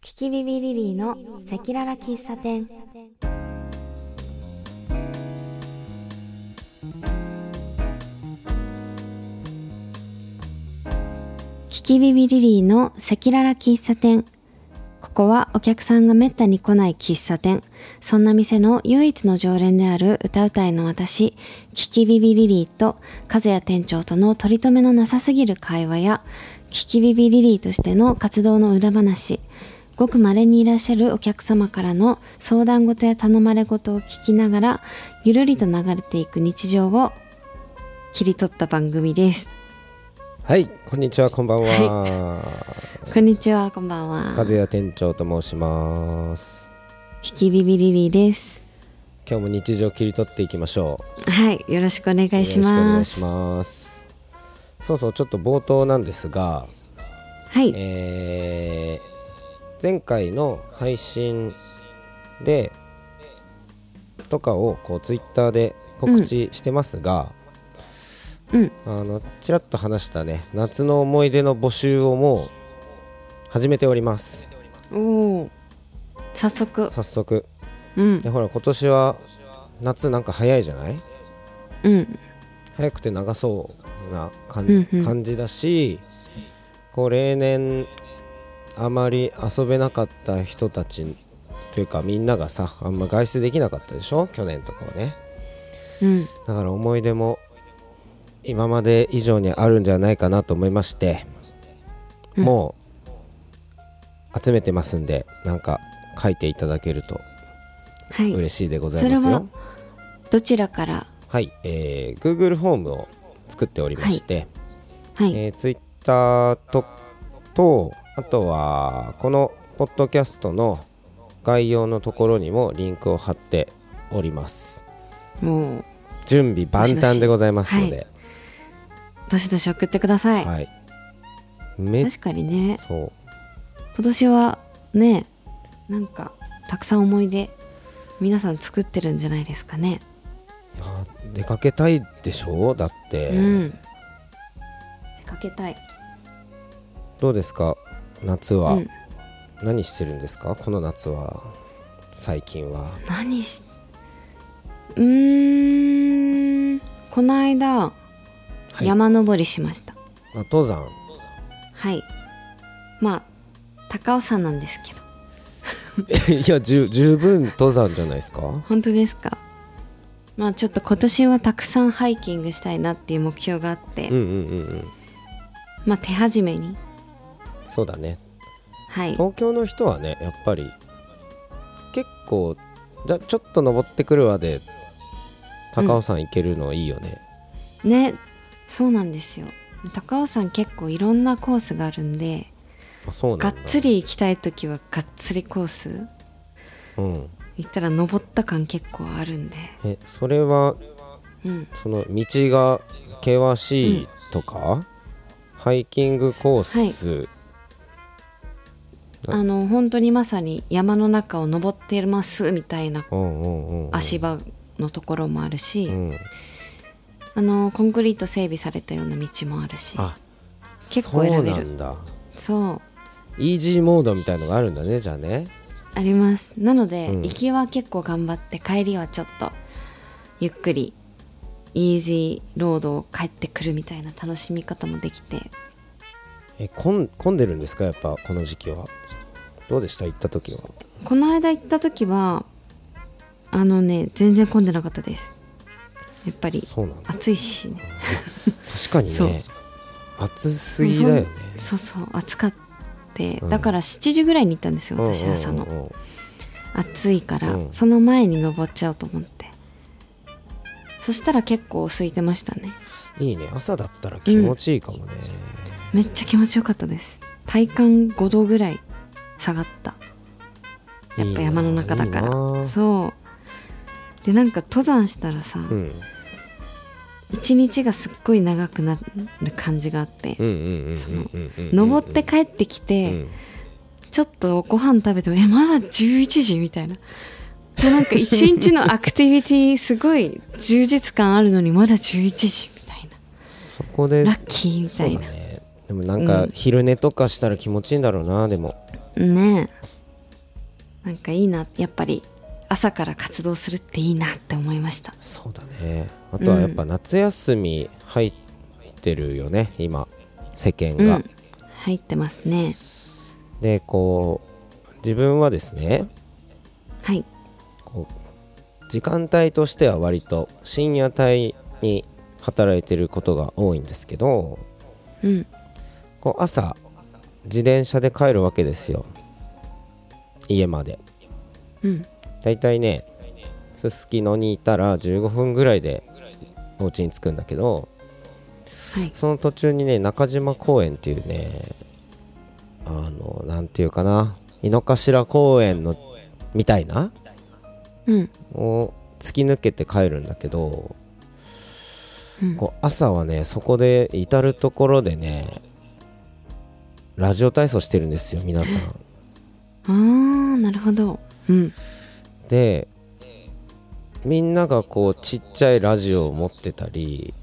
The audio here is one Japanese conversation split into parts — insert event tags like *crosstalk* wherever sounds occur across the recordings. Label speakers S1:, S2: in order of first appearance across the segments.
S1: キキビビリリーのセキララ喫茶店キキビビリリーのセキララ喫茶店ここはお客さんがめったに来ない喫茶店そんな店の唯一の常連である歌うたいの私キキビビリリーと和也店長との取り留めのなさすぎる会話やキキビビリリーとしての活動の裏話ごく稀にいらっしゃるお客様からの相談事や頼まれ事を聞きながらゆるりと流れていく日常を切り取った番組です
S2: はい、こんにちは、こんばんは。
S1: こんにちはこんばん
S2: 和
S1: は
S2: 也店長と申します。
S1: キキビビリリーです
S2: 今日も日常を切り取っていきましょう。
S1: はいよろしくお願いし
S2: よろしくお願
S1: ま
S2: い
S1: す
S2: します。そうそう、ちょっと冒頭なんですが、
S1: はい
S2: えー前回の配信でとかをこうツイッターで告知してますが、
S1: うん
S2: あのちらっと話したね夏の思い出の募集をもう始めております
S1: おお早速
S2: 早速
S1: うん
S2: でほら今年は夏なんか早いじゃない
S1: うん
S2: 早くて長そうな感,、
S1: うんうん
S2: 感じだしこう例年あまり遊べなかった人たちというかみんながさあんま外出できなかったでしょ去年とかはね
S1: うん
S2: だから思い出も今まで以上にあるんじゃないかなと思いまして、
S1: うん
S2: もう集めてますんでなんか書いていただけると
S1: はい
S2: 嬉しいでござ
S1: そ
S2: い
S1: れ
S2: ますよ。
S1: はどちらから
S2: はい、えー Google フォームを作っておりまして、
S1: はい
S2: えー Twitter ととあとはこのポッドキャストの概要のところにもリンクを貼っております
S1: もう
S2: 準備万端でございますので
S1: どしどし送ってください
S2: はい、め
S1: 確かにね
S2: そう
S1: 今年はねなんかたくさん思い出皆さん作ってるんじゃないですかね、
S2: いや出かけたいでしょだって、
S1: うん出かけたい
S2: どうですか夏
S1: う
S2: は、
S1: ん、
S2: 何してるんですかこの夏は最近は
S1: 何しうーんこの間、
S2: はい
S1: 山登りしました
S2: あ登山
S1: はいまあ高尾山なんですけど
S2: *laughs* いや十十分登山じゃないですか
S1: 本当ですかまあちょっと今年はたくさんハイキングしたいなっていう目標があって、
S2: うんうんうんうん
S1: まあ手始めに
S2: そうだね
S1: はい
S2: 東京の人はねやっぱり結構じゃちょっと登ってくるわで高尾山行けるのいいよね、
S1: ねそうなんですよ高尾山結構いろんなコースがあるんで
S2: あそうなんだ
S1: がっつり行きたい時はがっつりコース
S2: うん、
S1: 行ったら登った感結構あるんで
S2: えそれは
S1: うん
S2: その道が険しいとか、ハイキングコース、あ
S1: あの本当にまさに山の中を登ってますみたいな
S2: うんうんうんうん
S1: 足場のところもあるし、
S2: うん
S1: あのコンクリート整備されたような道もあるし
S2: あ
S1: 結構選べる
S2: そうなんだ
S1: そう
S2: イージーモードみたいのがあるんだねじゃあね
S1: ありますなので、
S2: うん
S1: 行きは結構頑張って帰りはちょっとゆっくりイージーロードを帰ってくるみたいな楽しみ方もできて
S2: え混ん混んでるんですかやっぱこの時期はどうでした行った時は
S1: この間行った時はあのね全然混んでなかったですやっぱり
S2: そうなんだ
S1: 暑いし、ね、
S2: 確かに
S1: そう
S2: ね暑すぎだよね
S1: そうそう暑かって、
S2: うん
S1: だから7時ぐらいに行ったんですよ
S2: うんうんうん
S1: 私朝の、
S2: うん
S1: 暑いから、
S2: うん
S1: その前に登っちゃおうと思ってそしたら結構空いてましたね
S2: いいね朝だったら気持ちいいかもね、
S1: めっちゃ気持ちよかったです体感5度ぐらい下がったやっぱ山の中だから
S2: いいな
S1: そうでなんか登山したらさ、
S2: うん
S1: 一日がすっごい長くなる感じがあって、
S2: うんうんうんうんうんうんうん
S1: 登って帰ってきて、
S2: うん
S1: ちょっとご飯食べてもえまだ11時みたいなでなんか一日のアクティビティすごい充実感あるのにまだ11時みたい
S2: そこで
S1: なラッキーみた
S2: そう
S1: い
S2: だ
S1: な
S2: ねでもなんか
S1: うん
S2: 昼寝とかしたら気持ちいいんだろうなでも
S1: ねえなんかいいなやっぱり朝から活動するっていいなって思いました
S2: そうだねあとはやっぱ夏休み入ってるよね、今世間
S1: う
S2: が、
S1: ん入ってますね
S2: でこう自分はですね
S1: はい
S2: こう時間帯としては割と深夜帯に働いてることが多いんですけど
S1: うん
S2: こう朝自転車で帰るわけですよ家まで
S1: うん
S2: だいたいねすすきのにいたら15分ぐらいでお家に着くんだけど
S1: はい
S2: その途中にね中島公園っていうねあのなんていうかな井の頭公園のみたいな
S1: うん
S2: を突き抜けて帰るんだけど
S1: うん
S2: こう朝はねそこで至る所でねラジオ体操してるんですよ皆さん。
S1: あーなるほどうん
S2: でみんながこうちっちゃいラジオを持ってたり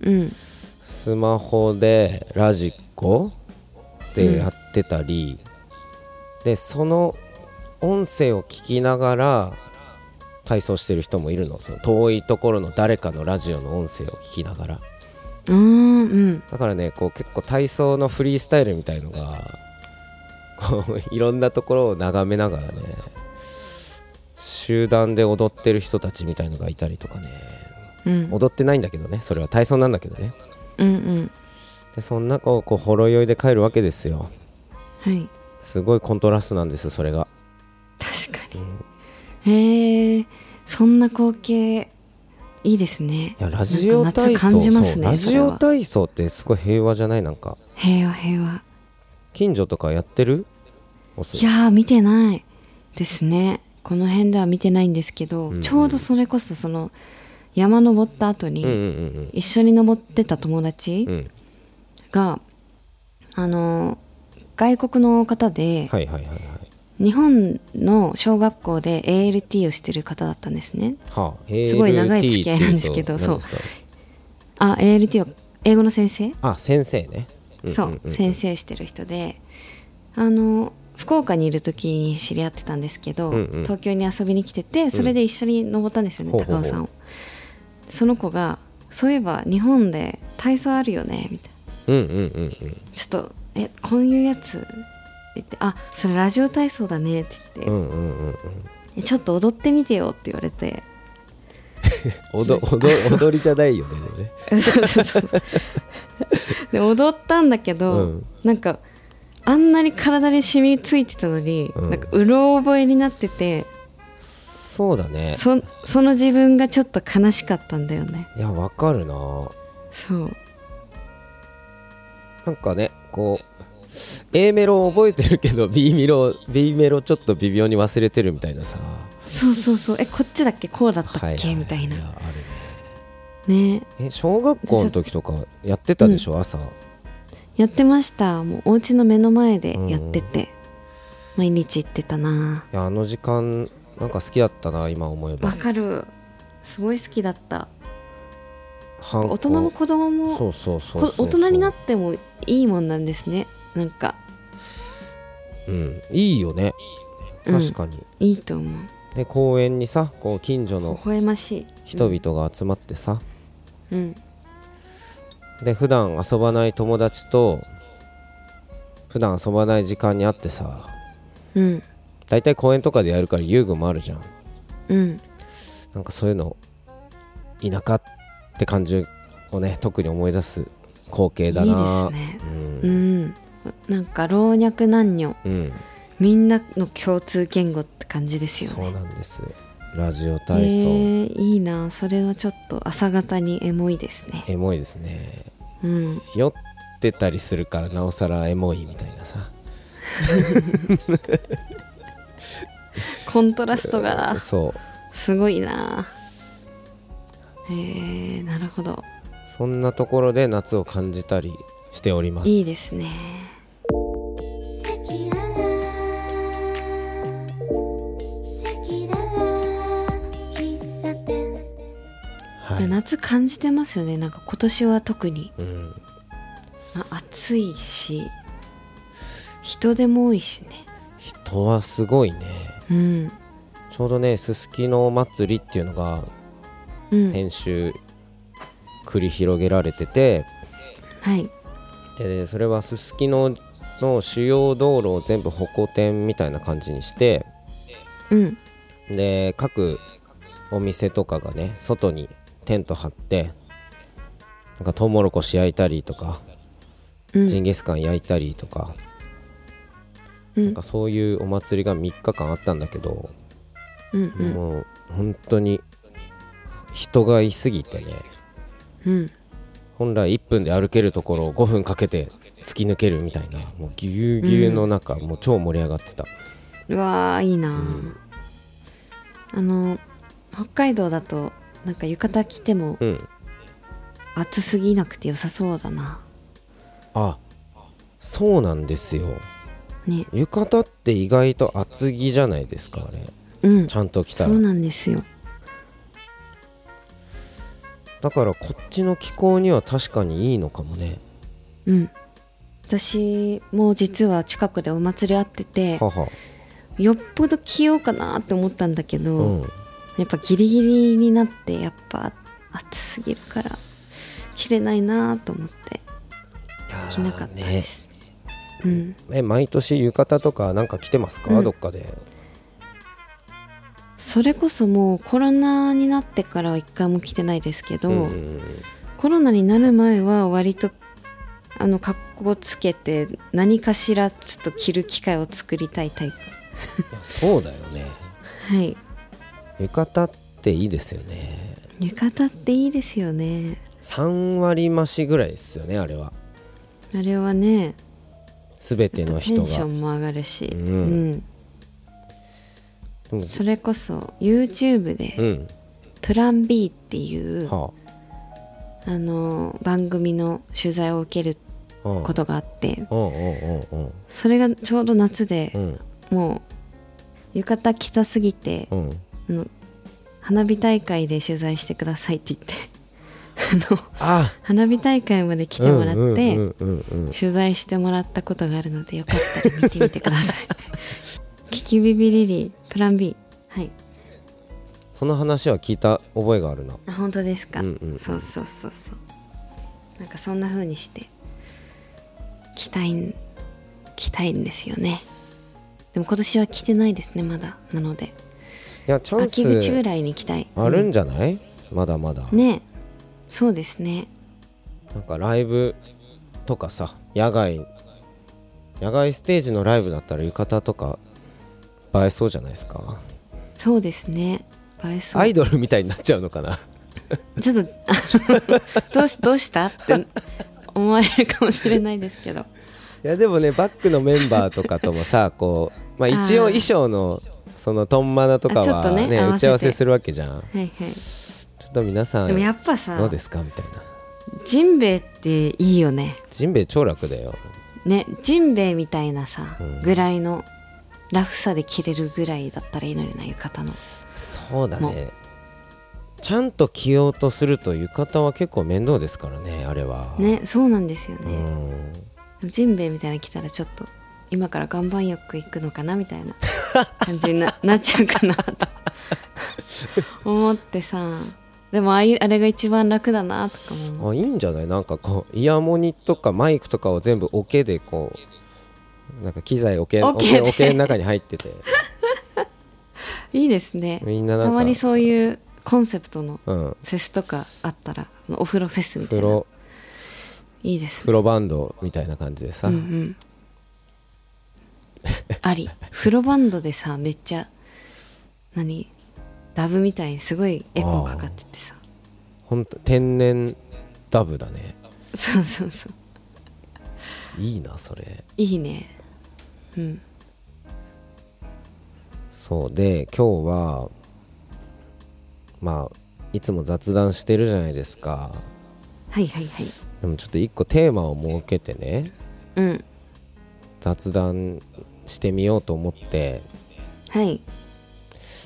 S1: うん
S2: スマホでラジコでやってたり、でその音声を聞きながら体操してる人もいるのその遠いところの誰かのラジオの音声を聞きながら
S1: あーうん
S2: だからねこう結構体操のフリースタイルみたいのがこういろんなところを眺めながらね集団で踊ってる人たちみたいのがいたりとかね
S1: うん
S2: 踊ってないんだけどねそれは体操なんだけどね
S1: うんうん
S2: でそん中をこうほろ酔いで帰るわけですよ
S1: はい
S2: すごいコントラストなんですよそれが
S1: 確かにへえそんな光景いいですね
S2: いやラジオ体
S1: なんか夏
S2: 操、
S1: 感じますね
S2: そう
S1: それは
S2: ラジオ体操ってすごい平和じゃないなんか
S1: 平和平和
S2: 近所とかやってるおす
S1: いやー見てないですねこの辺では見てないんですけど、
S2: うんうん
S1: ちょうどそれこそその山登った後に、
S2: うんうんうん
S1: 一緒に登ってた友
S2: う
S1: 達
S2: んうん
S1: が、あのー外国の方で、
S2: はいはいはいはい
S1: 日本の小学校で ALT をしてる方だったんですね
S2: はあ、
S1: すごい長い付き合いなんですけど
S2: ALT ってい
S1: そう
S2: うと何ですか
S1: あ ALT は英語の先生
S2: あ先生ね、
S1: そう先生してる人であの福岡にいる時に知り合ってたんですけど、
S2: うんうん
S1: 東京に遊びに来ててそれで一緒に登ったんですよね、
S2: ほうほ
S1: 高
S2: うほう
S1: 尾さんをその子が「そういえば日本で体操あるよね」みたい
S2: うんうんうんうん
S1: な「ちょっとえこういうやつ」って言って「あそれラジオ体操だね」って言っ
S2: う
S1: て
S2: んうんうんうん
S1: 「えちょっと踊ってみてよ」って言われて
S2: 踊踊踊りじゃないよねでもね
S1: で踊ったんだけど、
S2: うん
S1: なんかあんなに体に染みついてたのに、
S2: うん
S1: なんかうろ覚えになってて。
S2: そうだね
S1: そその自分がちょっと悲しかったんだよね
S2: いやわかるな
S1: そう
S2: なんかねこう A メロ覚えてるけど B メロ B メロちょっと微妙に忘れてるみたいなさ
S1: そうそうそうえこっちだっけこうだったっけ、みたいな
S2: やあるね
S1: ね
S2: え小学校の時とかやってたでしょ、朝
S1: やってましたもうお家の目の前でやってて、毎日行ってたない
S2: やあの時間なんか好きだったな今思えば
S1: わかるすごい好きだった
S2: 反抗
S1: 大人も子供も
S2: そうそうそうそう
S1: こ大人になってもいいもんなんですねなんか、
S2: うんいいよね
S1: うん、
S2: 確かに、
S1: いいと思
S2: で公園にさこう近所
S1: う微
S2: の
S1: 笑ましい
S2: 人々が集まってさ、
S1: うん
S2: で普段遊ばない友達と普段遊ばない時間に会ってさ
S1: うん
S2: 大体公園とかでやるから遊具もあるじゃん
S1: うん
S2: なんかそういうの田舎って感じをね特に思い出す光
S1: い
S2: 景
S1: い
S2: だな
S1: ですね
S2: うん
S1: うんなんか老若男女
S2: うん
S1: みんなの共通言語って感じですよ
S2: そ
S1: ね。
S2: うなんですラジオ
S1: え
S2: 体操
S1: ーいいなそれはちょっと朝方にエモいですね。
S2: エモいですね
S1: うん、
S2: 酔ってたりするからなおさらエモいみたいなさ
S1: コントラストが
S2: そう
S1: すごいなえー、なるほど
S2: そんなところで夏を感じたりしております
S1: いいですね。
S2: はいい
S1: や夏感じてますよねなんか今年は特に、
S2: うん
S1: まあ暑いし人でも多いしね。
S2: 人はすごいね
S1: うん
S2: ちょうどねすすきの祭りっていうのが
S1: うん
S2: 先週繰り広げられてて、
S1: はい
S2: でそれはすすきのの主要道路を全部歩行点みたいな感じにして
S1: うん
S2: で各お店とかがね外にテント張ってなんかトウモロコシ焼いたりとか
S1: うん
S2: ジンギスカン焼いたりとか、
S1: うん
S2: なんかそういうお祭りが3日間あったんだけど、
S1: うんうん
S2: もう本当に人がいすぎてね
S1: うん
S2: 本来1分で歩けるところを5分かけて突き抜けるみたいなもうぎゅうぎゅうの中、もう超盛り上がってた
S1: うわーいいなー、
S2: うん
S1: あの北海道だとなんか浴衣着ても
S2: うん
S1: 暑すぎなくて良さそうだな
S2: あそうなんですよ
S1: ね
S2: 浴衣って意外と厚着じゃないですかあれ
S1: うん
S2: ちゃんと着た
S1: そ
S2: ら
S1: うなんですよ
S2: だからこっちの気候には確かにいいのかもね
S1: うん私も実は近くでお祭りあってて
S2: はは
S1: よっぽど着ようかなって思ったんだけど、
S2: うん
S1: やっぱギリギリになってやっぱ暑すぎるから着れないなーと思って着なかったです、うん
S2: いやーねえ毎年浴衣とかなんか着てますか、
S1: うん
S2: どっかで
S1: それこそもうコロナになってからは一回も着てないですけど、
S2: んんん
S1: コロナになる前は割とあの格好つけて何かしらちょっと着る機会を作りたいタイプ
S2: いやそうだよね
S1: はい
S2: 浴衣っていいですよね
S1: 浴衣っていいですよね
S2: 3割増しぐらいですよねあれは
S1: あれはね
S2: 全て
S1: やっ
S2: の
S1: ぱテ
S2: 人
S1: ンショ
S2: が
S1: ンも上がるし、
S2: うんでも
S1: うんそれこそ YouTube で
S2: うん
S1: 「プラン B」っていう、
S2: は
S1: あの番組の取材を受ける
S2: あうん
S1: ことがあって
S2: うんうんうんうん
S1: それがちょうど夏
S2: う
S1: で
S2: ん
S1: もう浴衣着たすぎて
S2: うん
S1: あの花火大会で取材してくださいって言ってあの
S2: あ
S1: 花火大会まで来てもらって、
S2: うんうんうんうん
S1: 取材してもらったことがあるのでよかったら見てみてくだ
S2: *laughs*
S1: さい。キキビビリリプラン B はい
S2: その話は聞いた覚えがあるな
S1: あ本当ですか、
S2: うんうんうん
S1: そうそうそうそうなんかそんな風にして着たいん着たいんですよねでも今年は着てないですねまだなので
S2: いやチャン
S1: 秋口ぐ
S2: ス
S1: らいに着たい
S2: あるんじゃない、まだまだ、
S1: うんねそうですね
S2: なんかライブとかさ野外野外ステージのライブだったら浴衣とか映えそうじゃないですか
S1: そうですね映えそう
S2: アイドルみたいになっちゃうのかな
S1: ちょっと *laughs* あのどうしどうしたって思われるかもしれないですけど
S2: *laughs* いやでもねバックのメンバーとかともさ *laughs* こう、まあ、一応
S1: あー
S2: 衣装のそのトンマナとか
S1: あちょっ
S2: は
S1: と
S2: ね
S1: ね合わせて
S2: 打ち合わせするわけじゃん
S1: はいはい、
S2: ちょっと皆さ
S1: でもや
S2: ん
S1: っぱさ
S2: どうですかみたいな
S1: ジンベエっていいよね
S2: ジンベエ超楽だよ
S1: ねジンベエみたいなさ、
S2: うん
S1: ぐらいのラフさで着れるぐらいだったらいいのにな浴衣の
S2: そうだ
S1: も
S2: ねちゃんと着ようとすると浴衣は結構面倒ですからねあれは
S1: ねそうなんですよ
S2: う
S1: ね、
S2: ん
S1: ジンベエみたいなの着たらちょっと今から岩盤浴行くのかなみたいな感じに
S2: *laughs*
S1: ななっちゃうかなと思ってさでもあいあれが一番楽だなとかも思う
S2: あいいんじゃないなんかこうイヤモニとかマイクとかを全部オケでこうなんか機材オケ
S1: オ
S2: オ
S1: ケで
S2: ケオケの中に入ってて
S1: いいですね
S2: みんななん
S1: た
S2: か
S1: まにそう
S2: う、
S1: いうコンセプトの
S2: うん、
S1: フェスとかあったらあのお風呂フェスみた
S2: 風
S1: いな
S2: 呂
S1: いいですね
S2: 風呂バンドみたいな感じでさ、
S1: うんうん、あり風呂バンドでさめっちゃ何ダブみたいにすごいエコーかかっててさ
S2: ほんと天然ダブだね
S1: そうそうそう
S2: いいなそれ
S1: いいねうん
S2: そうで今日はまあいつも雑談してるじゃないですか
S1: はいはいはい
S2: でもちょっと一個テーマを設けてね
S1: うん
S2: 雑談してみようと思って
S1: はい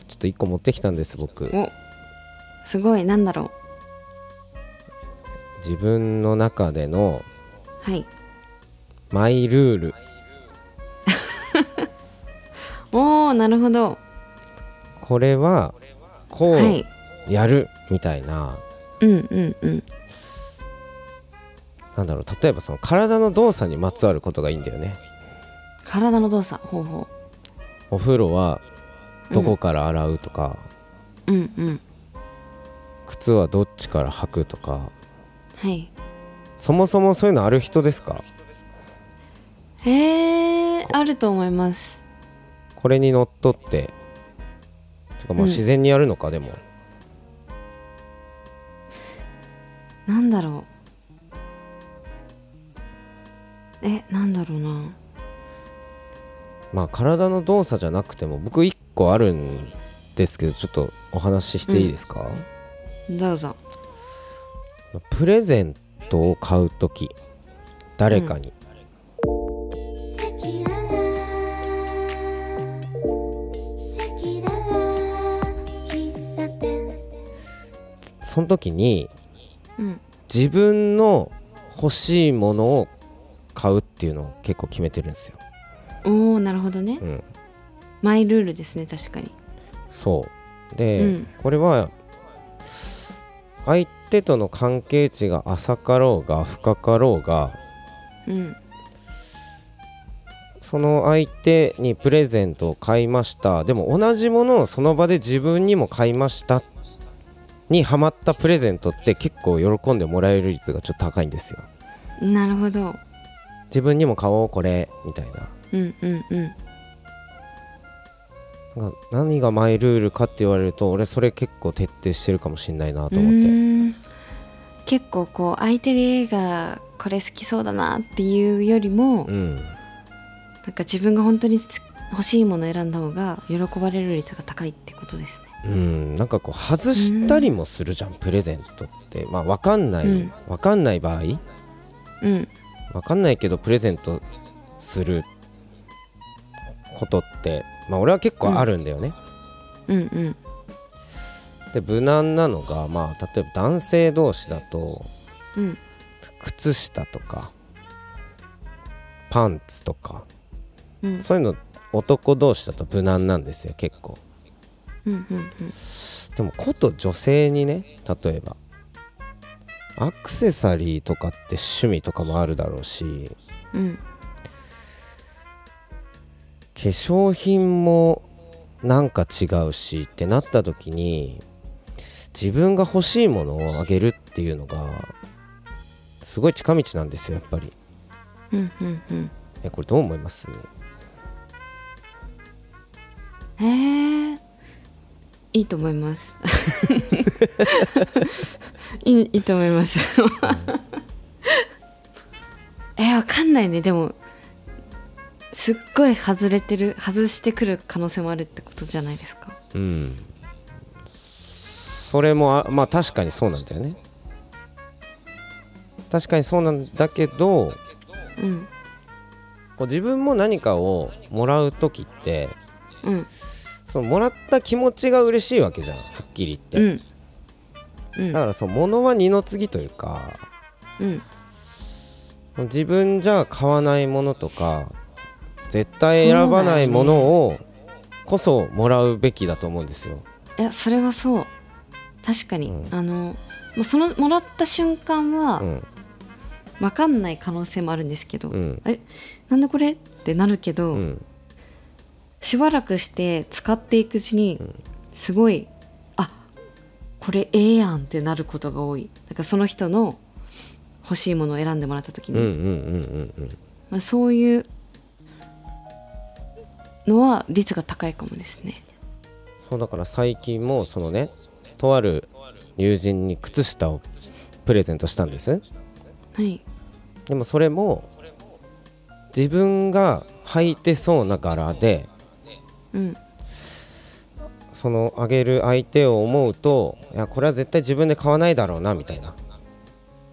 S2: ちょっと一個持ってきたんです僕
S1: おすごいなんだろ
S2: 自分の中での
S1: うはい
S2: マイルール
S1: おおなるほど
S2: これはこ
S1: は
S2: う
S1: い
S2: やるみたいな、
S1: うんうんうん
S2: なんだろう例えばその体の動作にまつわることがいいんだよね
S1: 体の動作方法
S2: お風呂はどこから洗うとか、
S1: うんうん
S2: 靴はどっちから履くとか
S1: はい
S2: そもそもそういうのある人ですか
S1: へえあると思います
S2: これにのっとっててかまあ
S1: うん
S2: 自然にやるのか、でも
S1: なんだろうえなんだろうな
S2: まあ体の動作じゃなくても僕1個あるんですけどちょっとお話ししていいですか、
S1: どうぞ
S2: プレゼントを買う時誰かに、その時に
S1: うん
S2: 自分の欲しいものを買うっていうのを結構決めてるんですよ、
S1: おおなるほどね
S2: うん、
S1: マイルールですね確かに
S2: そうで、
S1: うん
S2: これは相手との関係値が浅かろうが深かろうが
S1: うん
S2: その相手にプレゼントを買いましたでも同じものをその場で自分にも買いましたにハマったプレゼントって結構喜んでもらえる率がちょっと高いんですよ
S1: なるほど
S2: 自分にも買おうこれみたいな
S1: うんうんうん
S2: なんか何がマイルールかって言われると俺それ結構徹底してるかもしんないなと
S1: う
S2: 思って
S1: ーん結構こう相手がこれ好きそうだなっていうよりも、
S2: うん
S1: なんか自分が本当にす欲しいものを選んだ方が喜ばれる率が高いってことですね。
S2: うんなんかこう外したりもするじゃんプレゼントってまあ分かんない、
S1: うん
S2: 分かんない場合
S1: うん
S2: わかんないけどプレゼントすることってまあ俺は結構あるんだよね、
S1: うんうん
S2: で無難なのがまあ例えば男性同士だと
S1: うん
S2: 靴下とかパンツとか
S1: うん
S2: そういうの男同士だと無難なんですよ結構
S1: うんうんうん
S2: でもこと女性にね例えばアクセサリーとかって趣味とかもあるだろうし
S1: うん
S2: 化粧品もなんか違うしってなった時に自分が欲しいものをあげるっていうのがすごい近道なんですよやっぱり
S1: うんうんうん
S2: えこれどう思います
S1: へえいいと思います。いいいいと思います。えわかんないねでもすっごい外れてる外してくる可能性もあるってことじゃないですか。
S2: うんそれもあまあ確かにそうなんだよね確かにそうなんだけど
S1: うん
S2: こう自分も何かをもらう時って
S1: うん
S2: そのもらった気持ちが嬉しいわけじゃんはっきり言って、
S1: うんうん
S2: だからその物は二の次というか
S1: うん
S2: 自分じゃ買わないものとか絶対選ばないものをこそもらうべきだと思うんですよ。
S1: いやそれはそう確かに、
S2: うん
S1: あのもうそのもらった瞬間は
S2: うん
S1: 分かんない可能性もあるんですけど、
S2: うん
S1: なんでこれってなるけど、
S2: うん
S1: しばらくして使っていくうちにすごいあこれええやんってなることが多いだからその人の欲しいものを選んでもらった時
S2: うんうんう
S1: に、
S2: んうんうん
S1: まあそういうのは率が高いかもですね。
S2: そうだから最近もそのねとある友人に靴下をプレゼントしたんです
S1: はい、
S2: でもそれも自分が履いてそうな柄で
S1: うん
S2: そのあげる相手を思うといやこれは絶対自分で買わないだろうなみたいな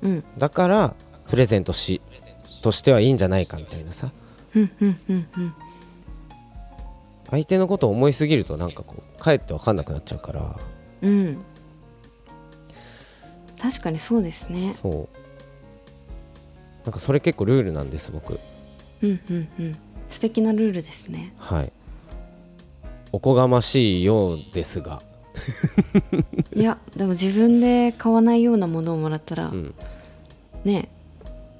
S1: うん
S2: だからプレゼントしとしてはいいんじゃないかみたいなさ
S1: うんうんうんうん
S2: 相手のことを思いすぎるとなんかこうかえって分かんなくなっちゃうから
S1: うん確かにそうですね
S2: そうなんかそれ結構ルールなんです僕
S1: うんうんうん素敵なルールですね
S2: はいおこがましいようですが
S1: いやでも自分で買わないようなものをもらったら、
S2: ん
S1: ね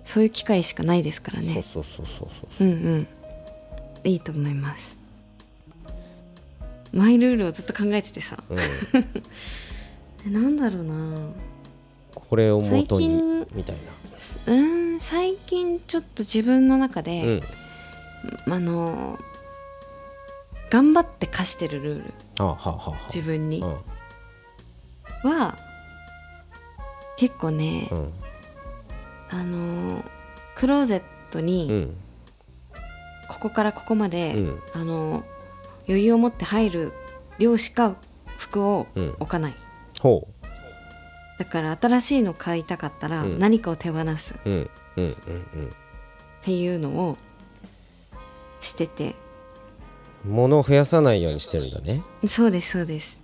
S1: そういう機会しかないですからね
S2: そうそうそうそう
S1: うんうんいいと思いますマイルールをずっと考えててさ
S2: そう、うん、
S1: えなんだろうな
S2: これを元に
S1: 最近
S2: みたいな
S1: すうーん最近ちょっと自分の中
S2: う
S1: で、
S2: ん
S1: あの頑張って課してるルール
S2: あはあはあは
S1: 自分に、
S2: あ
S1: は結構ね、
S2: うん
S1: あのクローゼットに、
S2: うんうん
S1: ここからここまで、
S2: うん
S1: あの余裕を持って入る量しか服を
S2: うん
S1: 置かない、
S2: ほ
S1: だから新しいの買いたかったら
S2: うん
S1: 何かを手放すっ
S2: ううんうんうん
S1: ていうのをしてて
S2: うん物を増やさないようにしてるんだね
S1: そうですそうです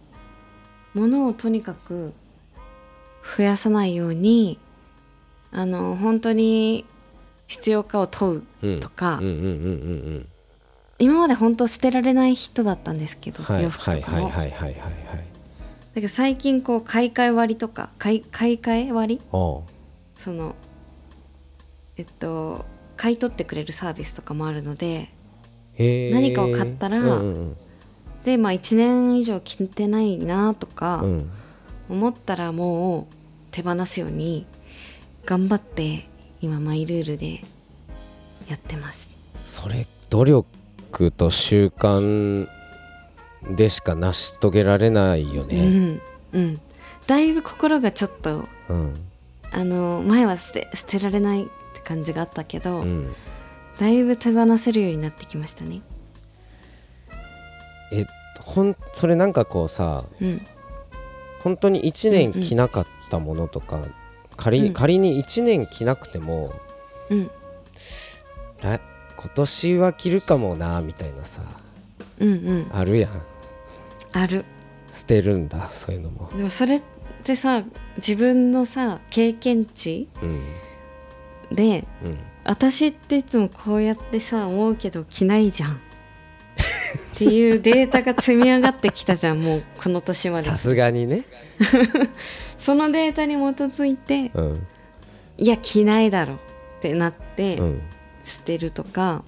S1: 物をとにかく増やさないようにあの本当に必要かを問
S2: うん
S1: うとか、
S2: うんうんうんうん
S1: 今まで本当捨てられない人だったんですけ
S2: うん
S1: ど、
S2: はい
S1: 洋服
S2: はい
S1: とか
S2: はい
S1: も、
S2: はいはいはいはい
S1: だけど最近こう買い替え割とか買い買い替え割
S2: あ
S1: そのえっと買い取ってくれるサービスとかもあるので
S2: あへえ
S1: 何かを買ったら
S2: うん
S1: でまあ1年以上着てないなと
S2: うんう
S1: か
S2: ん
S1: 思ったらもう手放すように頑張って今マイルールでやってます
S2: それ努力と習慣でしか成し遂げられないよ
S1: う
S2: ね、
S1: んうんだいぶ心がちょっと
S2: うん
S1: あの前は捨て捨てられないって感じがあったけど、
S2: うん、
S1: だいぶ手放せるようになってきましたね
S2: えほんそれなんかこうさ
S1: うん
S2: 本当に1年着なかったものとか、仮
S1: う
S2: に
S1: ん
S2: 仮に1年着なくても、
S1: うん
S2: 来今年は着るかもなみたいなさ
S1: うんうん
S2: あるやん
S1: ある
S2: 捨てるんだそういうのも、
S1: でもそれってさ自分のさ経験値
S2: うん
S1: で
S2: うん、
S1: 私っていつもこうやってさ思うけど着ないじゃんっていうデータが積み上がってきたじゃんもうこの年まで
S2: さすがにね、
S1: そのデータに基づいて
S2: うん
S1: いや着ないだろってなって
S2: うん
S1: 捨てるとか、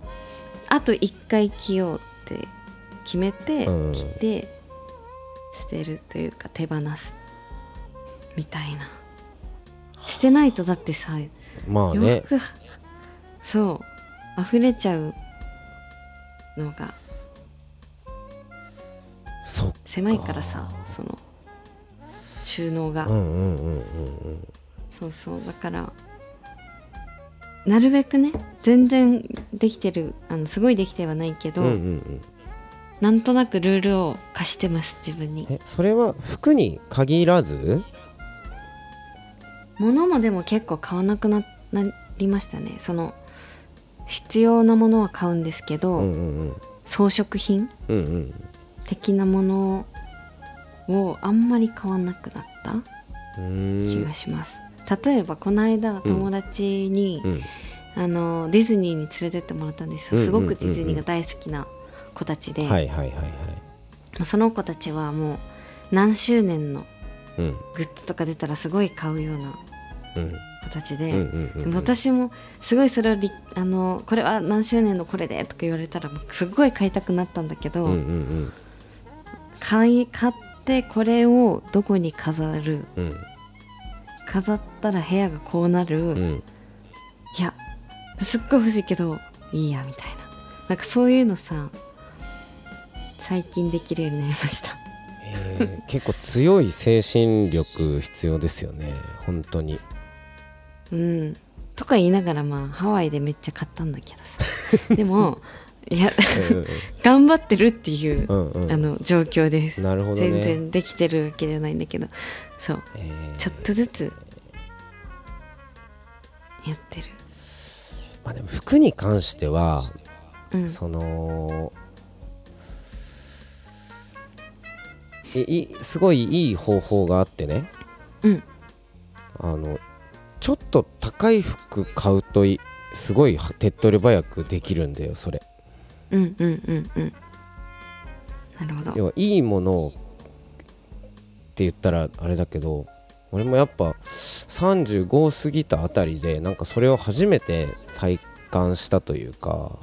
S1: あと1回着ようって決めて
S2: うん
S1: 着て捨てるというか手放すみたいなしてないとだってさ
S2: ま
S1: 洋
S2: あね
S1: 服そう溢れちゃうのが
S2: そっ
S1: 狭いからさその収納が、
S2: うんうんうんうんうん
S1: そうそうだからなるべくね全然できてるあのすごいできてはないけど、
S2: うんうんうん
S1: なんとなくルールを貸してます自分に
S2: えそれは服に限らず
S1: 物もでも結構買わなくななりましたねその必要なものは買うんですけど、
S2: うんうん
S1: 装飾品
S2: うんうんうん
S1: 的なものをあんまり買わなくなった
S2: う
S1: 気
S2: ーん
S1: がします、例えばこの間友達に、
S2: うん
S1: あのディズニーに連れてってもらったんですよ、
S2: うんうんうんう
S1: す
S2: ん
S1: ごくディズニーが大好きな子たちで、
S2: はいはいはいはい
S1: その子たちはもう何周年の
S2: うん
S1: グッズとか出たらすごい買うような
S2: うん
S1: 子たち
S2: うんう
S1: で、
S2: んうん
S1: でも私もすごいそれをりあのこれは何周年のこれでとか言われたらもうすごい買いたくなったんだけど、
S2: うんうん
S1: 買い買ってこれをどこに飾る
S2: うんうん
S1: 飾ったら部屋がこうなる、
S2: うん
S1: いやすっごい欲しいけどいいやみたいななんかそういうのさ最近できるようになりました
S2: えー結構強い精神力必要ですよね本
S1: *laughs*
S2: 当に
S1: うんとか言いながらまあハワイでめっちゃ買ったんだけど
S2: *laughs*
S1: さでもいや頑張ってるっていう、
S2: うんうんうん
S1: あの状況です
S2: なるほどね
S1: 全然できてるわけじゃないんだけどそう
S2: えー
S1: ちょっとずつやってる
S2: まあでも服に関しては
S1: うん
S2: そのいいすごいいい方法があってね
S1: うん
S2: あのちょっと高い服買うといすごい手っ取り早くできるんだよそれ
S1: うんうんうんうんなるほど
S2: 要はいいものをって言ったらあれだけど俺もやっぱ35過ぎたあたりでなんかそれを初めて体感したというか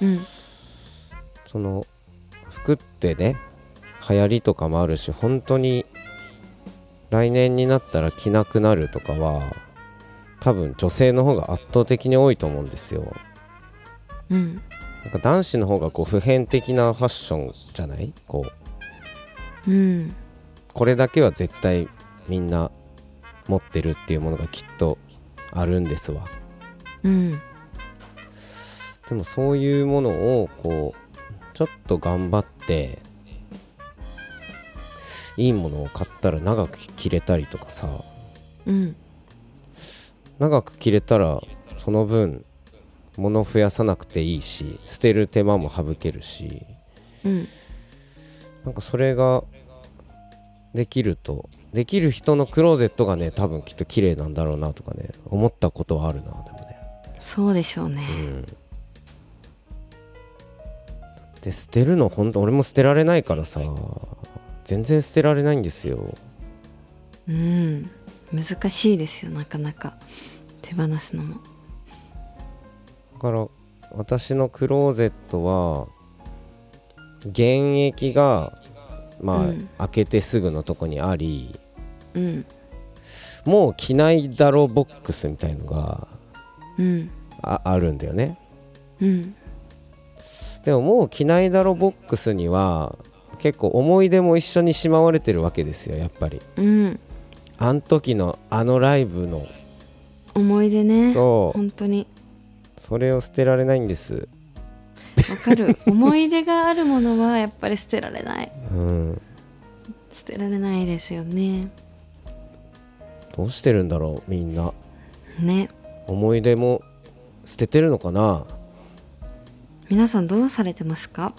S1: うん
S2: その服ってね流行りとかもあるし本当に来年になったら着なくなるとかは多分女性の方が圧倒的に多いと思うんですよ
S1: うん
S2: なんか男子の方がこう普遍的なファッションじゃないこう
S1: うん
S2: これだけは絶対みんな持ってるっていうものがきっとあるんですわ
S1: うん
S2: でもそういうものをこうちょっと頑張っていいものを買ったら長く着れたりとかさ
S1: うん
S2: 長く着れたらその分物増やさなくていいし捨てる手間も省けるし
S1: うん
S2: なんかそれができるとできる人のクローゼットがね多分きっと綺麗なんだろうなとかね思ったことはあるなでもね
S1: そうでしょうね
S2: うんで捨てるのほんと俺も捨てられないからさ全然捨てられないんですよ
S1: うん難しいですよなかなか手放すのも
S2: だから私のクローゼットは現役がまあ、
S1: うん
S2: 開けてすぐのとこにあり
S1: うん
S2: もう着ないだろうボックスみたいのが
S1: うん
S2: ああるんだよね
S1: うん
S2: でももう着ないだろうボックスには結構思い出も一緒にしまわれてるわけですよやっぱり
S1: うん
S2: あん時のあのライブの
S1: 思い出ね
S2: そう
S1: 本当に
S2: それを捨てられないんです
S1: わかる *laughs* 思い出があるものはやっぱり捨てられない
S2: うん
S1: 捨てられないですよね
S2: どうしてるんだろうみんな
S1: ね
S2: 思い出も捨ててるのかな
S1: 皆さんどうされてますか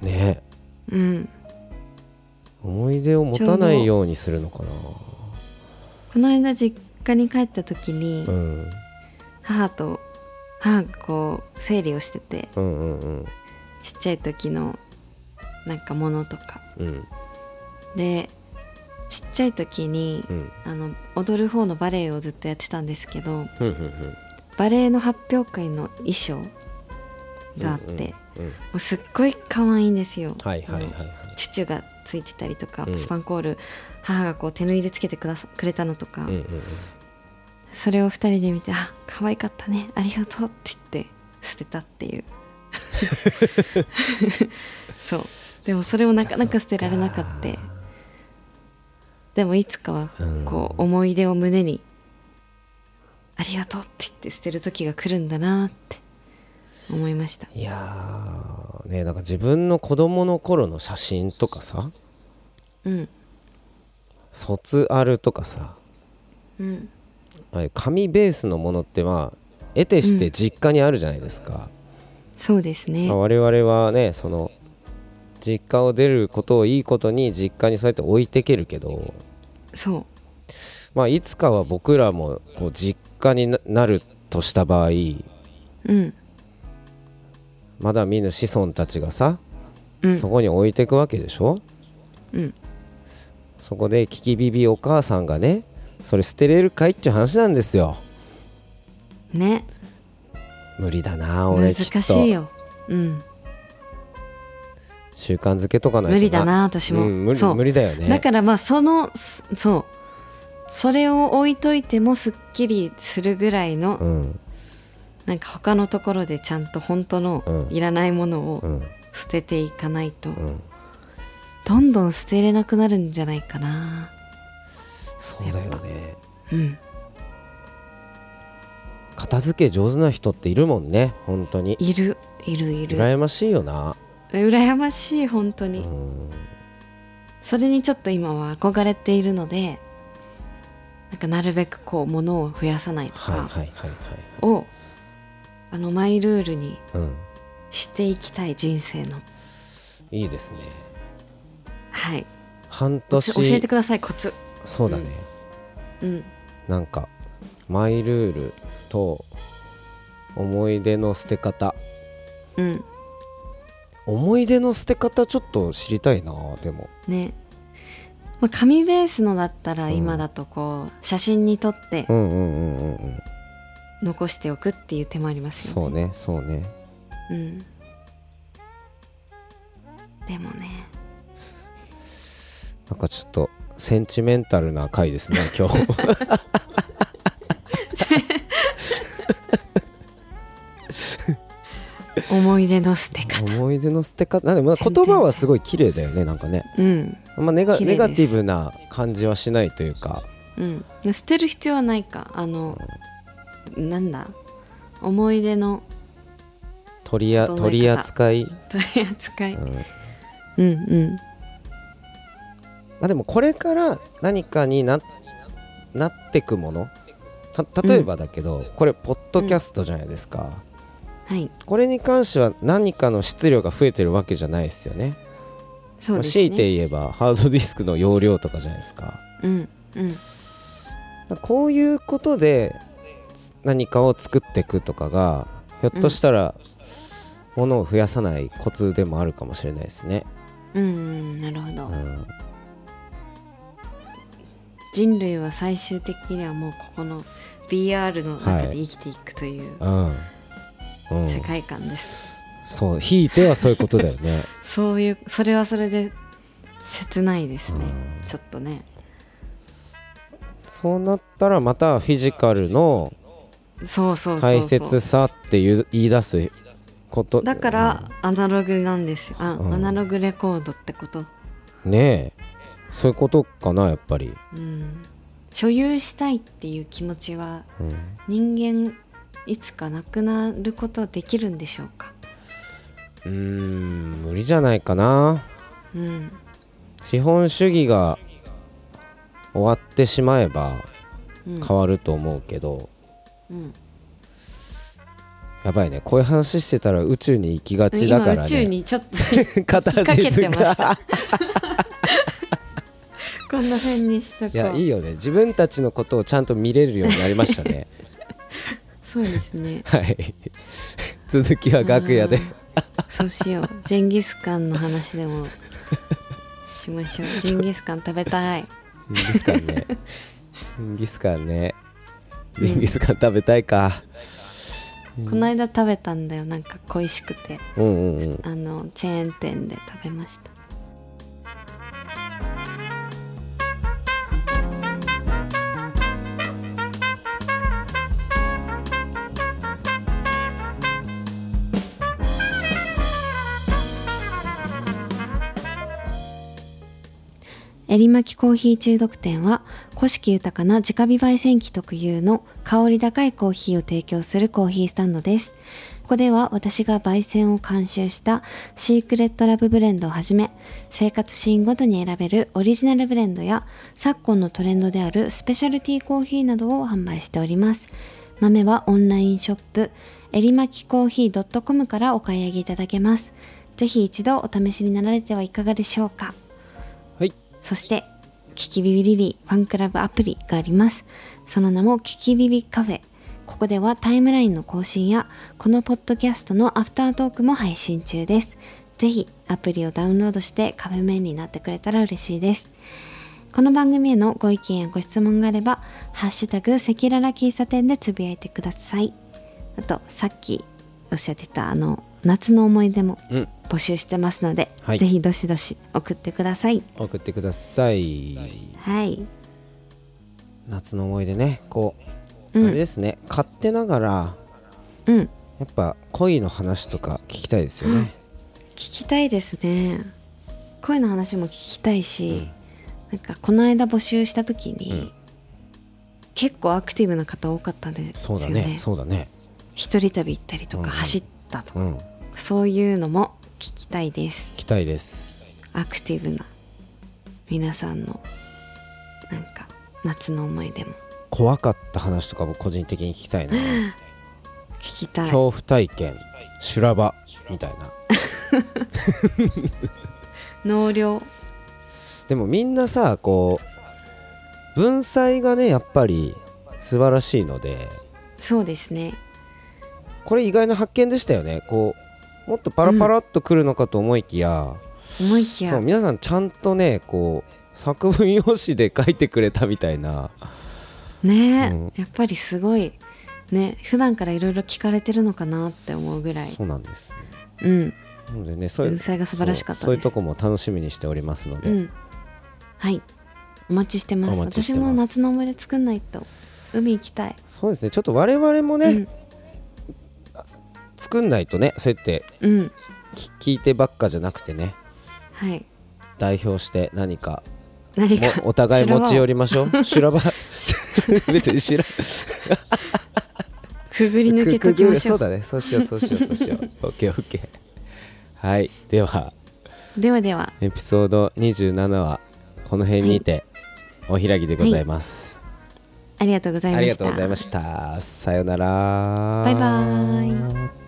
S2: ねえ
S1: うん
S2: 思い出を持たないようにするのか
S1: この間実家に帰った時に、
S2: なうん
S1: 母と母がこう整理をしてて
S2: うんうんうん
S1: ちっちゃい時のなんかものとか
S2: うん
S1: でちっちゃい時に
S2: うん
S1: あの踊る方のバレエをずっとやってたんですけど
S2: うんうんうん
S1: バレエの発表会の衣装があって、
S2: うんうん
S1: も
S2: うん
S1: うすっごい可愛いんですよ。
S2: はいはいはい
S1: あの
S2: はい
S1: チュチュがついてたりとか、
S2: うん
S1: スパンコール母がこう手縫いでつけてくださくれたのとか、
S2: うんうんうん
S1: それを二人で見て「あ可愛かったねありがとう」って言って捨てたって
S2: *laughs*
S1: いうそうでもそれもなかなか捨てられなかったでもいつかは
S2: うん
S1: こう思い出を胸に「ありがとう」って言って捨てる時が来るんだなって思いました
S2: いやーねえなんか自分の子供の頃の写真とかさ
S1: うん
S2: 卒アルとかさ
S1: うん
S2: ああいう紙ベースのものってまあ得てして実家にあるじゃないですか、
S1: そうですね
S2: まあ我々はねその実家を出ることをいいことに実家にそうやって置いてけるけど、
S1: そう
S2: まあ、いつかは僕らもこう実家にななるとした場合
S1: うん
S2: まだ見ぬ子孫たちがさ、
S1: うん
S2: そこに置いてくわけでしょ
S1: うん
S2: そこでキキビビお母さんがねそれ捨てれるかいっていう話なんですよ
S1: ね
S2: 無理だな
S1: 難
S2: 俺きっと
S1: しいようん
S2: 習慣づけとかないと
S1: 無理だな私も、
S2: うん、無
S1: そ
S2: 理
S1: う
S2: 無理だよね
S1: だからまあそのすそうそれを置いといてもすっきりするぐらいの、
S2: うん
S1: なんか他のところでちゃんと本当の
S2: うん
S1: いらないもの
S2: う
S1: を
S2: ん
S1: 捨てていかないと、
S2: うん
S1: どんどん捨てれなくなるんじゃないかな
S2: そうだよね
S1: うん
S2: 片付け上手な人っているもんね本当に
S1: いるいるいる
S2: 羨ましいよな
S1: 羨ましい本当
S2: う
S1: に、
S2: ん
S1: それにちょっと今は憧れているのでなんかなるべくこう物を増やさないと
S2: はいはい
S1: か
S2: はいはい
S1: を、あのマイルールに
S2: うん
S1: していきたい人生の
S2: いいですね
S1: はい
S2: 半
S1: 教
S2: 年
S1: えてくださいコツ
S2: そうだね、
S1: うん
S2: なんかマイルールと思い出の捨て方
S1: うん
S2: 思い出の捨て方ちょっと知りたいなでも
S1: ね、まあ、紙ベースのだったら
S2: うん
S1: 今だとこう写真に撮って
S2: うんうんうんうんうん
S1: 残しておくっていう手もあります
S2: そ
S1: よ
S2: う
S1: ね。
S2: ねそうね
S1: うん、でもね
S2: なんかちょっとセンチメンタルな
S1: *laughs*
S2: 回ですね今日
S1: 思い出の捨て方、
S2: 思い出の捨て方なんでも
S1: *laughs*
S2: な言葉はすごい綺麗だよねなんかね
S1: うん
S2: あんまネガ
S1: 綺麗で
S2: ネ
S1: す
S2: ガティブな感じはしないというか
S1: うん、捨てる必要はないかあのなんだ思い出の
S2: 取りや
S1: 整え方
S2: 取り扱い、
S1: 取り扱い、
S2: うんま
S1: うんうん
S2: あ、でもこれから何かにななってくものた例えばだけど、これポッドキャストじゃないですか、
S1: はい
S2: これに関しては何かの質量が増えてるわけじゃないですよね
S1: そう
S2: まあ
S1: です
S2: 強
S1: ね
S2: いて言えばハードディスクの容量とかじゃないですか
S1: うんうん
S2: こういうことでつ何かを作っていくとかがひょっとしたら、ものを増やさないコツでもあるかもしれないですね。
S1: うんうんなるほど
S2: うん、
S1: 人類は最終的にはもうここの BR の中で生きていくという
S2: うん、うん
S1: 世界観です、
S2: そう、ひいてはそういうことだよね。
S1: そういうそれはそれで切ないですね、
S2: う
S1: ちょっとね
S2: そうなったらまたフィジカルの
S1: そうそうそうそう
S2: 大切さっていう言い出すこと
S1: だからアナログなんですよあ、
S2: うん
S1: アナログレコードってこと
S2: ねえそういうことかなやっぱり、
S1: うん所有したいっていう気持ちは
S2: うん
S1: 人間いつかなくなることできるんでしょうか
S2: うーん無理じゃないかな
S1: うん
S2: 資本主義が終わってしまえば
S1: うん
S2: 変わると思うけど、
S1: うん
S2: やばいねこういう話してたら宇宙に行きがちだ
S1: 今
S2: からね
S1: 宇宙にちょっと
S2: *laughs*
S1: *laughs* 引
S2: 片
S1: っ掛けて
S2: 足
S1: まし
S2: が
S1: たこんな風にしとこ
S2: いや
S1: う
S2: いいよね自分たちのことをちゃんと見れるようになりましたね
S1: そうですね
S2: はい *laughs* 続きは楽屋で
S1: うんそうしようジェンギスカンの話でもしま
S2: *laughs*
S1: しょうジェンギスカン食べたい
S2: ジンギスカンねジンギスカンねジンギスカン食べたいか
S1: この間食べたんだよなんか恋しくて
S2: うんうんうん
S1: あのチェーン店で食べましたえりまきコーヒー中毒店は古式豊かな直火焙煎機特有の香り高いコーヒーを提供するコーヒースタンドですここでは私が焙煎を監修したシークレットラブブレンドをはじめ生活シーンごとに選べるオリジナルブレンドや昨今のトレンドであるスペシャルティーコーヒーなどを販売しております豆はオンラインショップえりまきコーヒー .com からお買い上げいただけますぜひ一度お試しになられてはいかがでしょうか
S2: はい
S1: そして、キキビビリリファンクラブアプリがあります。その名もキキビビカフェ。ここではタイムラインの更新や、このポッドキャストのアフタートークも配信中です。ぜひ、アプリをダウンロードしてカフェメインになってくれたら嬉しいです。この番組へのご意見やご質問があれば、ハッシュタグ赤裸々喫茶店でつぶやいてください。あと、さっきおっしゃってたあの、夏の思い出も
S2: うん
S1: 募集してますので、
S2: はい
S1: ぜひどしどし送ってください。
S2: 送ってください
S1: はい。
S2: 夏の思い出ねこう、
S1: うん
S2: あれですね勝手ながら
S1: うん。
S2: やっぱ恋の話とか聞きたいですよね、
S1: 聞きたいですね。声の話も聞きたいし、なんかこの間募集した時に、
S2: うん
S1: 結構アクティブな方多かったんです
S2: そ
S1: よ
S2: うだね
S1: ね。
S2: そうだね
S1: 一人旅行ったりとか、
S2: うんうん
S1: 走ったとか、
S2: うん聞
S1: そういうのも聞きたいです。
S2: きたいです
S1: アクティブな皆さんのなんか夏の思い出も
S2: 怖かった話とかも個人的に聞きたいな、
S1: 聞きたい。
S2: 恐怖体験修羅場みたいな
S1: 納涼。
S2: でもみんなさこう文才がねやっぱり素晴らしいので
S1: そうですね。
S2: これ意外な発見でしたよねこうもっとパラパラっとくるのかと思いきや、
S1: 思いきや
S2: そう皆さんちゃんとねこう作文用紙で書いてくれたみたいな
S1: ね、
S2: うん
S1: やっぱりすごいね普段からいろいろ聞かれてるのかなって思うぐらい
S2: そうなんですね、
S1: うん
S2: なのでねそういう
S1: 文才が素晴らしかったです
S2: そうそういうとこも楽しみにしておりますので、
S1: うん、はいお待ちしてます
S2: お待ちして
S1: 私
S2: ます
S1: も夏の思い出作んないと海行きたい、
S2: そうですねちょっと我々もね、
S1: うん
S2: 作んないとねそうやって
S1: うん
S2: き聞いてばっかじゃなくてね
S1: はい
S2: 代表して何か
S1: 何か
S2: もお互い持ち寄りましょう修羅場
S1: *laughs*
S2: 別に修羅
S1: くぐり抜けときましょ
S2: そう
S1: う
S2: だねそうしようそうしようそうしようオッケーオッケーはいでは
S1: ではでは
S2: エピソード27はこの辺にてお開きでございます、
S1: ありがとうございました
S2: ありがとうございましたさようなら
S1: バイバーイ